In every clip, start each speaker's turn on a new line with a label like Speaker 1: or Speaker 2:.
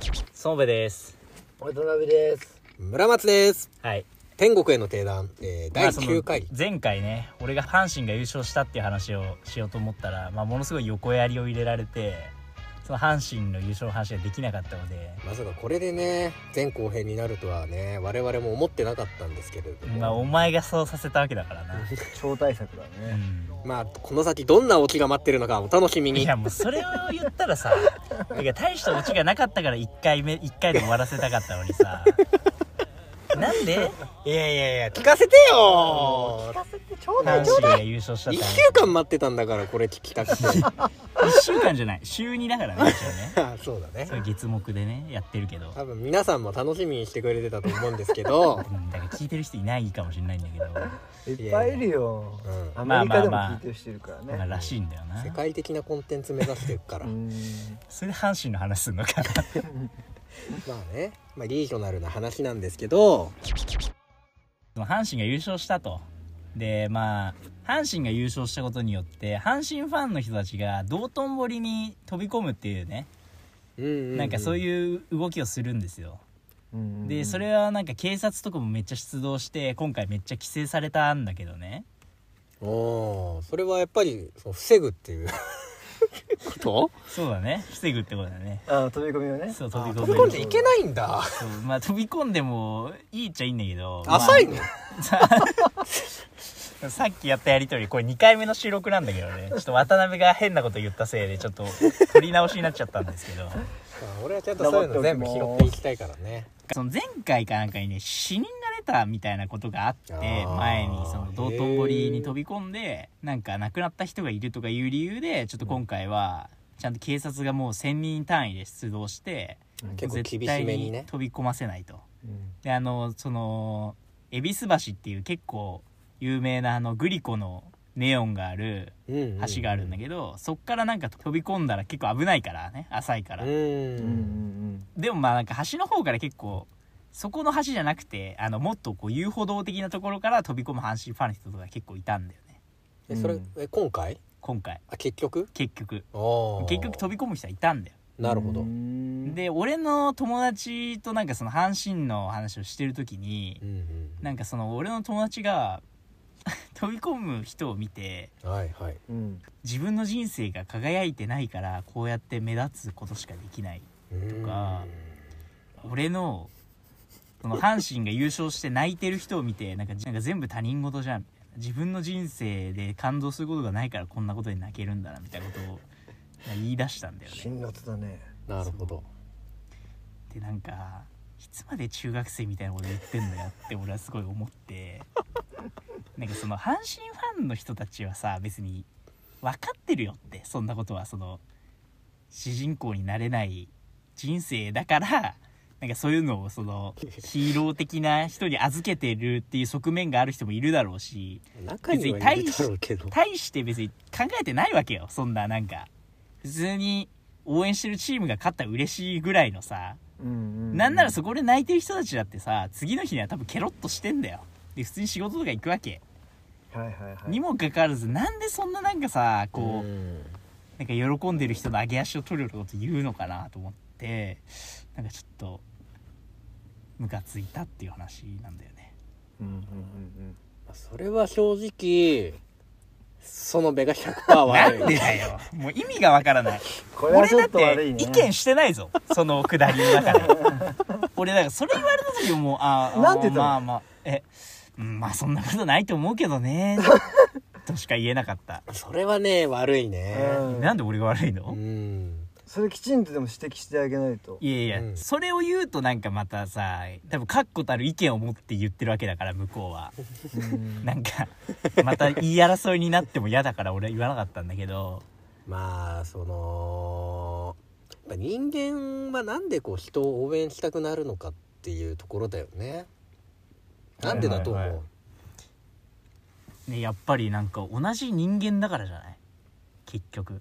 Speaker 1: 園部です
Speaker 2: 渡辺です。
Speaker 3: 村松です
Speaker 1: はい
Speaker 3: 天国への定談、えー、第
Speaker 1: まあその
Speaker 3: 9回、
Speaker 1: 前回ね俺が阪神が優勝したっていう話をしようと思ったら、まあ、ものすごい横やりを入れられてその阪神の優勝の話ができなかったので、
Speaker 3: まさかこれでね前後編になるとはね我々も思ってなかったんですけれども、
Speaker 1: まあ、お前がそうさせたわけだからな、
Speaker 2: 超大作だね。
Speaker 3: まあこの先どんなオチが待ってるのかお楽しみ
Speaker 1: うん、い
Speaker 3: に
Speaker 1: やもうそれを言ったら さてか大したオチがなかったから1回目一回で終わらせたかったのにさなんで
Speaker 3: いやいやいや聞かせてよ
Speaker 2: せて超
Speaker 1: 阪神が優勝したっ
Speaker 3: 1
Speaker 1: て話
Speaker 3: 週間待ってたんだからこれ聞 きたくて
Speaker 1: 1週間じゃない週2だからね一応ね
Speaker 3: あそうだね
Speaker 1: それ月目でねやってるけど、
Speaker 3: 多分皆さんも楽しみにしてくれてたと思うんですけど
Speaker 1: うんだから聞いてる人いないかもしれないんだけど、
Speaker 2: いっぱいいるよ。
Speaker 3: うん
Speaker 2: アメリカでも聞いてる人いるから
Speaker 1: まあ、
Speaker 2: ね。
Speaker 1: らしいんだよな
Speaker 3: 世界的なコンテンツ目指してるから
Speaker 2: う
Speaker 3: ま
Speaker 2: ん。
Speaker 1: それで阪神の話すんのか な
Speaker 3: あね、まあ、リージョナルな話なんですけど
Speaker 1: その阪神が優勝したとでまあ阪神が優勝したことによって阪神ファンの人たちが道頓堀に飛び込むっていうね
Speaker 3: うんうんうん
Speaker 1: なんかそういう動きをするんですよ
Speaker 2: うん
Speaker 1: でそれはなんか警察とかもめっちゃ出動して今回めっちゃ規制されたんだけどね
Speaker 3: おーそれはやっぱりその防ぐっていうこと
Speaker 1: そうだね防ぐってことだね
Speaker 2: あ飛び込みをね。
Speaker 1: そう飛び込
Speaker 3: 飛
Speaker 1: ん
Speaker 3: び
Speaker 1: で
Speaker 3: 込んでいけないんだ
Speaker 1: そうまあ飛び込んでもいいっちゃいいんだけどまあ
Speaker 3: 浅いの、
Speaker 1: さっきやったやりとりこれ2回目の収録なんだけどねちょっと渡辺が変なこと言ったせいでちょっと撮り直しになっちゃったんですけど
Speaker 3: まあ俺はちゃんとそういうの全部拾っていきたいからね
Speaker 1: その前回かなんかにね死人が出たみたいなことがあって
Speaker 3: あー
Speaker 1: 前にその道頓堀に飛び込んでなんか亡くなった人がいるとかいう理由でちょっと今回はちゃんと警察がもう1,000人単位で出動して
Speaker 3: 結構厳
Speaker 1: 絶
Speaker 3: し
Speaker 1: 対
Speaker 3: めに
Speaker 1: に
Speaker 3: ね
Speaker 1: 飛び込ませないと。
Speaker 2: うん
Speaker 1: であのその恵比寿橋っていう結構有名なあのグリコのネオンがある橋があるんだ
Speaker 3: け
Speaker 1: けど、そっからなんか飛び込んだら結構危ないからね浅いから、
Speaker 3: うん
Speaker 2: うんうん
Speaker 1: でもまあなんか橋の方から結構そこの橋じゃなくてあのもっとこう遊歩道的なところから飛び込む阪神ファンの人とか結構いたんだよね
Speaker 3: えそれえ今回
Speaker 1: 今回
Speaker 3: あ結局
Speaker 1: 結局
Speaker 3: おー
Speaker 1: 結局飛び込む人はいたんだよ
Speaker 3: なるほどうん
Speaker 2: ん
Speaker 1: で俺の友達となんかその阪神の話をしてる時に
Speaker 3: うん
Speaker 1: なんかその俺の友達が 飛び込む人を見て
Speaker 3: はいはい
Speaker 2: うん
Speaker 1: 自分の人生が輝いてないからこうやって目立つことしかできない
Speaker 3: うん
Speaker 1: か俺のその阪神が優勝して泣いてる人を見てなんかなんか全部他人事じゃんみたいな自分の人生で感動することがないからこんなことに泣けるんだなみたいなことを言い出したんだよね
Speaker 2: 辛辣だね。
Speaker 3: なるほど
Speaker 1: でなんかいつまで中学生みたいなこと言ってんだよって俺はすごい思ってなんかその阪神ファンの人たちはさ別に分かってるよってそんなことはその主人公になれない人生だからなんかそういうのをそのヒーロー的な人に預けてるっていう側面がある人もいるだろうし
Speaker 3: 中にはいるだろうけど
Speaker 1: 対して別に考えてないわけよそんななんか普通に応援してるチームが勝ったら嬉しいぐらいのさ
Speaker 2: うんうん。
Speaker 1: なんならそこで泣いてる人たちだってさ次の日には多分ケロッとしてんだよで普通に仕事とか行くわけ、
Speaker 2: はいはいはい。
Speaker 1: にもかかわらずなんでそんななんかさこう、
Speaker 3: ん
Speaker 1: なんか喜んでる人の上げ足を取るようなこと言うのかなと思ってなんかちょっとムカついたっていう話なんだよね
Speaker 2: うんうんうん
Speaker 3: それは正直そのベが100%
Speaker 1: な
Speaker 3: 悪い
Speaker 1: んでだよもう意味がわからない
Speaker 2: うん。これは
Speaker 1: 俺
Speaker 2: ちょ
Speaker 1: だっ
Speaker 2: っと悪
Speaker 1: て
Speaker 2: いね。
Speaker 1: 意見してないぞそのくだりの 中で俺だからそれ言われた時ももうああ
Speaker 2: なんて言ったの
Speaker 1: まあまあえうんまあそんなことないと思うけどねとしか言えなかった
Speaker 3: それはね悪いね
Speaker 2: うん
Speaker 1: なんで俺が悪いうの
Speaker 3: ん
Speaker 2: それきちんとでも指摘してあげないと。
Speaker 1: いやいや、
Speaker 3: うん
Speaker 1: それを言うとなんかまたさ多分確固たる意見を持って言ってるわけだから向こうは
Speaker 2: うん
Speaker 1: なんかまた言い争いになっても嫌だから俺は言わなかったんだけど
Speaker 3: まあそのやっぱ人間はなんでこう人を応援したくなるのかっていうところだよねなんでだと思う、
Speaker 1: はいはいはいねやっぱりなんか同じ人間だからじゃない結局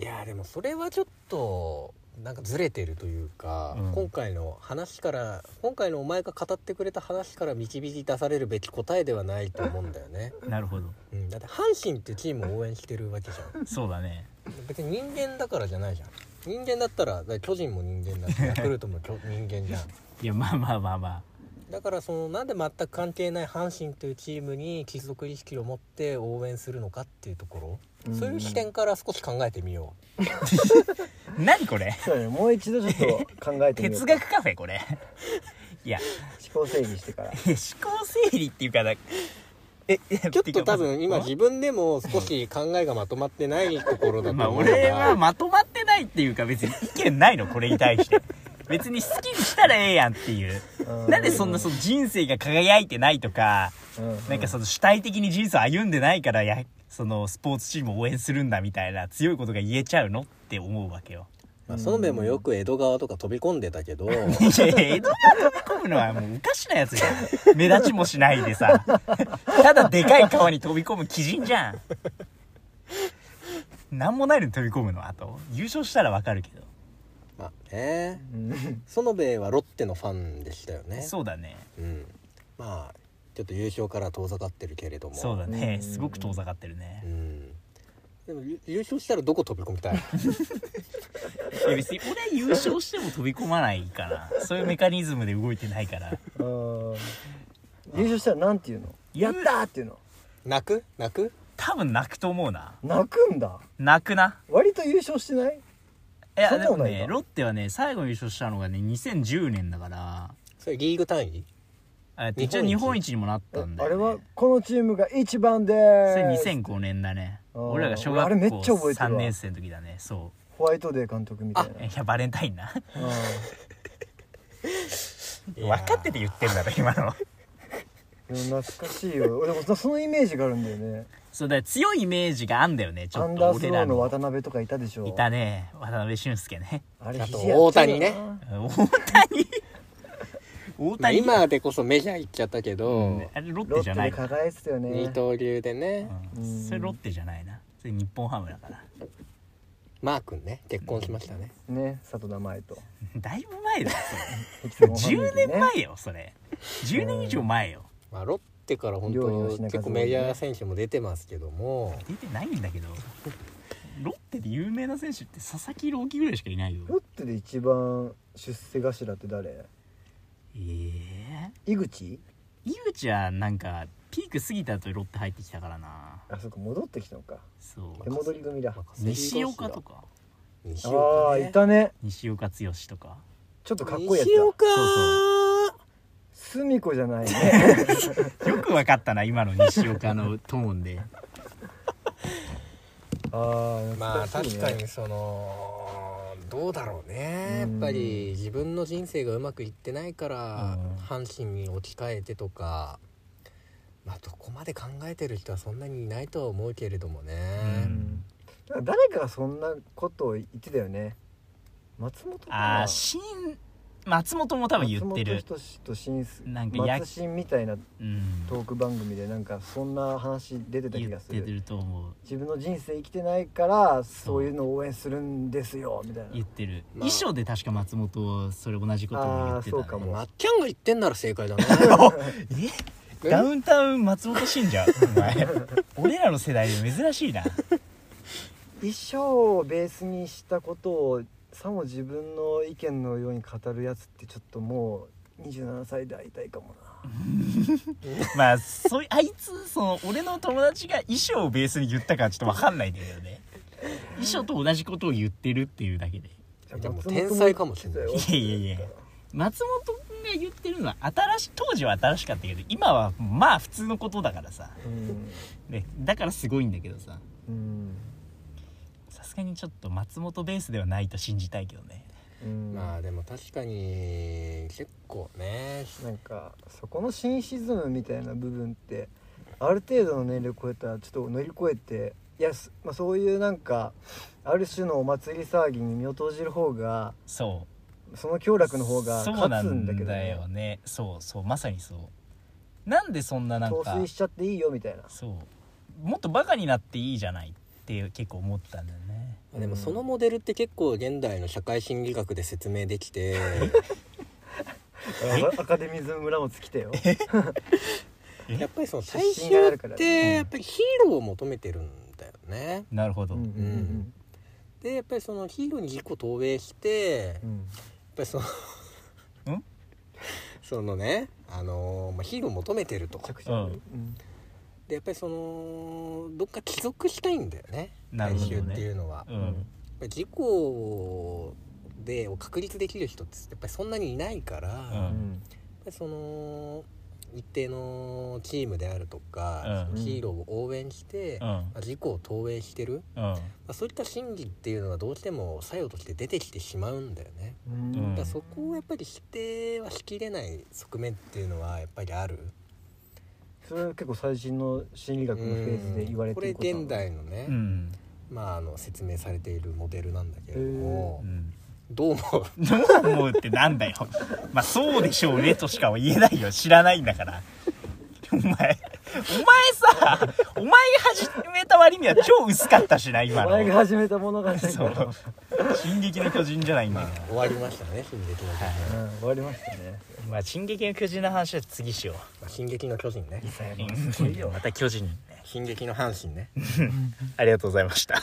Speaker 3: い、やでもそれはちょっとなんかずれてるというか、
Speaker 1: うん
Speaker 3: 今回の話から今回のお前が語ってくれた話から導き出されるべき答えではないと思うんだよ ね、
Speaker 1: なるほど
Speaker 3: うん、だって阪神ってチームを応援してるわけじゃん
Speaker 1: そうだね
Speaker 3: 別に人間だからじゃないじゃん人間だったらだから巨人も人間だしヤクルトも巨人間じゃん
Speaker 1: いやまあまあまあまあ
Speaker 3: だからそのなんで全く関係ない阪神というチームに帰属意識を持って応援するのかっていうところそういう視点から少し考えてみよ
Speaker 1: 何これ
Speaker 2: そうだねもう一度ちょっと考えてみよ
Speaker 1: 哲
Speaker 2: う
Speaker 1: 学カフェこれいや
Speaker 2: 思考整理してから
Speaker 1: いや思考整理っていうかなえちょ
Speaker 3: うちょっと多分今自分でも少し考えがまとまってないところだと思う
Speaker 1: まあ
Speaker 3: から
Speaker 1: 俺はまとまってないっていうか別に意見ないのこれに対して別に好きにしたらええやんっていう
Speaker 2: う
Speaker 1: なんでそんなその人生が輝いてないとか
Speaker 2: うん
Speaker 1: なんかその主体的に人生を歩んでないからやそのスポーツチームを応援するんだみたいな強いことが言えちゃうのって思うわけよ
Speaker 3: まあ園部もよく江戸川とか飛び込んでたけど
Speaker 1: いやいや江戸川飛び込むのはもうおかしなやつじゃん目立ちもしないで さただでかい川に飛び込む鬼人じゃん何もないのに飛び込むのはあと優勝したらわかるけど
Speaker 3: まあね
Speaker 2: うん
Speaker 3: 園部はロッテのファンでしたよね
Speaker 1: そうだね
Speaker 3: うん、まあちょっと優勝から遠ざかってるけれども
Speaker 1: そうだね
Speaker 2: うん
Speaker 1: すごく遠ざかってる
Speaker 3: う
Speaker 1: ね
Speaker 3: んでもゆ優勝したらどこ飛び込みたい
Speaker 1: いや別に俺は優勝しても飛び込まないからそういうメカニズムで動いてないから
Speaker 2: うん優勝したらなんて言うのやったーっていうの
Speaker 3: 泣く泣く
Speaker 1: 多分泣くと思うな
Speaker 2: 泣くんだ
Speaker 1: 泣くな
Speaker 2: 割と優勝してない
Speaker 1: いや
Speaker 2: そん
Speaker 1: で
Speaker 2: なこ
Speaker 1: も
Speaker 2: とないか
Speaker 1: ねロッテはね最後優勝したのがね2010年だから
Speaker 3: それリーグ単位
Speaker 1: えっと一応日
Speaker 3: 日
Speaker 1: 本
Speaker 3: 本
Speaker 1: 一にもなっ
Speaker 2: え
Speaker 1: たんだ
Speaker 2: あ
Speaker 1: よ、ね、
Speaker 2: れはこのチームが一番でー
Speaker 1: それ
Speaker 2: す
Speaker 1: 2005年だね
Speaker 2: あー
Speaker 1: 俺らが小
Speaker 2: 俺あれ
Speaker 1: 学
Speaker 2: め
Speaker 1: 校
Speaker 2: っちゃ覚えてるわ
Speaker 1: 3年生の時だねそ
Speaker 2: ホワイトデー監督みたいな
Speaker 1: ういやバレンタインな
Speaker 2: う
Speaker 1: 分
Speaker 2: ん
Speaker 1: かってて言ってんだろ今の
Speaker 2: でも懐かしいよでもそそのイメージがあるんだよね
Speaker 1: そうだから強いイメージがあんだよねち
Speaker 2: ア
Speaker 1: ょっ
Speaker 2: ンダ
Speaker 1: と
Speaker 2: ース
Speaker 1: 俺
Speaker 2: ロー
Speaker 1: ら
Speaker 2: の
Speaker 1: の
Speaker 2: 渡辺とかいたでしょ
Speaker 1: いたね渡辺俊介ね
Speaker 2: あれ
Speaker 3: あと
Speaker 2: 肘やってるよな
Speaker 3: 大谷ね
Speaker 1: 大谷大
Speaker 3: まあ
Speaker 1: 谷、
Speaker 3: 今でこそメジャー行っちゃったけど、
Speaker 1: あれロッ
Speaker 2: ロ
Speaker 1: テじ
Speaker 2: ッテ
Speaker 1: ゃな
Speaker 2: で
Speaker 1: いか、
Speaker 2: 輝いてたよね
Speaker 3: 二刀流でね、
Speaker 1: う、
Speaker 2: うんん
Speaker 1: それロッテじゃないなそれ日本ハムだから
Speaker 3: マー君ね結婚しましたね、
Speaker 2: ね佐藤名前と
Speaker 1: だいぶ前だよ
Speaker 2: 関
Speaker 1: そ
Speaker 2: 智
Speaker 1: れ
Speaker 2: 一
Speaker 1: 10年前よそれ10年以上前よ
Speaker 3: まあ、ロッテから本当
Speaker 2: 両
Speaker 3: に
Speaker 2: 吉中
Speaker 3: 結構メジャー選手も出てますけども、
Speaker 1: 出てないんだけどロッテで有名な選手って佐々木朗希ぐらいしかいないよ
Speaker 2: ロッテで一番出世頭って誰
Speaker 1: ええ
Speaker 2: 井口
Speaker 1: 井口はなんかピーク過ぎた後にロッテ入ってきたからな
Speaker 2: あそっか戻ってきたのか
Speaker 1: そ
Speaker 2: 手
Speaker 1: う
Speaker 2: 戻り組だ
Speaker 3: まあ
Speaker 1: 西岡とか
Speaker 3: 西
Speaker 2: あ
Speaker 3: 岡、
Speaker 2: あ
Speaker 3: ね、
Speaker 2: いたね
Speaker 1: 西岡剛とか
Speaker 2: ちょっとかっこいいやつ
Speaker 3: 西
Speaker 2: だ
Speaker 3: 岡
Speaker 1: そう
Speaker 2: すみこじゃないね
Speaker 1: よくわかったな今の西岡のトーン で
Speaker 2: ああ
Speaker 3: まあ確かにそのどうだろうねやっぱり自分の人生がうまくいってないか
Speaker 1: う
Speaker 3: ら
Speaker 1: ん
Speaker 3: 阪神に置き換えてとかまあどこまで考えてる人はそんなにいないとは思うけれどもね、
Speaker 1: うん
Speaker 2: なんか誰かがそんなことを言ってたよね松本かな
Speaker 1: ああ新松本も多分言ってる
Speaker 2: 松本人志と新す
Speaker 1: なんかや
Speaker 2: 松新みたいな
Speaker 1: うん
Speaker 2: トーク番組でなんかそんな話出てた気
Speaker 1: 言
Speaker 2: が
Speaker 1: っ
Speaker 2: す
Speaker 1: て
Speaker 2: る
Speaker 1: ると思う
Speaker 2: 自分の人生生きてないからそういうのを応援するんですよみたいな
Speaker 1: 言ってる、
Speaker 3: まあ
Speaker 1: 衣装で確か松本それ同じことも言ってた、ね、
Speaker 2: あ ーそうかも
Speaker 3: まっちゃんが言ってんなら正解だね
Speaker 1: えダウンタウン松本信者お 前俺らの世代で珍しいな
Speaker 2: 衣装をベースにしたことをさも自分の意見のように語るやつってちょっともう27歳で会いたいかもな
Speaker 1: まあそういあいつその俺の友達が衣装をベースに言ったからちょっと分かんないんだけどね衣装と同じことを言ってるっていうだけで
Speaker 3: じゃあもう天才かもしれな
Speaker 1: い
Speaker 3: い
Speaker 1: やいやいや松本が言ってるのは新し当時は新しかったけど今はまあ普通のことだからさ、
Speaker 2: うん、
Speaker 1: ね、だからすごいんだけどさ
Speaker 2: うん
Speaker 1: さすがにちょっと松本ベースではないと信じたいけどね
Speaker 2: うん、
Speaker 3: まあでも確かに結構ね
Speaker 2: なんかそこのシンシズムみたいな部分ってある程度の年齢を超えたらちょっと乗り越えていや、すまあ、そういうなんかある種のお祭り騒ぎに身を投じる方が
Speaker 1: そう
Speaker 2: その強楽の方が
Speaker 1: そうな
Speaker 2: 勝つんだけ
Speaker 1: ん
Speaker 2: ど、
Speaker 1: だ
Speaker 2: ね
Speaker 1: よ、ねそうそうまさにそうなんでそんななん
Speaker 2: 陶
Speaker 1: か
Speaker 2: 酔しちゃっていいよみた いな
Speaker 1: そうもっとバカになっていいじゃないって結構思ったんだよね
Speaker 3: まあでもそのモデルって結構現代の社会心理学で説明でき て
Speaker 2: あアカデミズム村も尽きてよ
Speaker 3: やっぱりその
Speaker 2: 出
Speaker 3: 大
Speaker 2: 身があ
Speaker 3: 衆
Speaker 2: るから
Speaker 3: ってやっぱりヒーローを求めてるんだよね、
Speaker 1: なるほど、
Speaker 2: うんうんうん
Speaker 3: うんでやっぱりそのヒーローに自己投影して、やっ
Speaker 2: うん
Speaker 3: ぱりその
Speaker 1: ん
Speaker 3: そのね、あのーまあ、ヒーロー求めてると
Speaker 2: めちゃくちゃある
Speaker 3: でやっぱりそのどっか帰属したいんだよね
Speaker 1: なるほどね
Speaker 3: 大衆っていうのは、
Speaker 1: う
Speaker 3: やっ
Speaker 1: ん
Speaker 3: ぱり自己をでを確立できる人ってやっぱりそんなにいないから、
Speaker 1: うん
Speaker 3: や
Speaker 2: う
Speaker 3: っ
Speaker 2: ん
Speaker 3: ぱりその一定のチームであるとか、
Speaker 1: うん
Speaker 3: そのヒーローを応援して、
Speaker 1: う
Speaker 3: ま
Speaker 1: ん
Speaker 3: あ自己を投影してる、
Speaker 1: うん
Speaker 3: まあ、そういった心理っていうのはどうしても作用として出てきてしまうんだよね、
Speaker 2: うん
Speaker 1: うん
Speaker 3: だからそこをやっぱり否定はしきれない側面っていうのはやっぱりある
Speaker 2: それは結構最新の心理学のフェーズで言われてる
Speaker 3: これ現代のね、
Speaker 1: うん
Speaker 3: まあ、あの説明されているモデルなんだけれども、
Speaker 1: うん
Speaker 3: どう思う
Speaker 1: どう思うってなんだよまあそうでしょうねとしかは言えないよ知らないんだからお前お前さお前が始めた割には超薄かったしな今の
Speaker 2: お前が始めた物語だ
Speaker 1: そう
Speaker 2: から
Speaker 1: 「進撃の巨人」じゃないんだから、
Speaker 3: 終わりましたね「進撃の巨人」
Speaker 2: うん終わりましたね
Speaker 1: まあ「進撃の巨人」の話は次しよ
Speaker 3: まあ進撃の巨人ね」
Speaker 1: うまた巨人、ね、
Speaker 3: 「進撃の阪神ね」
Speaker 1: ありがとうございました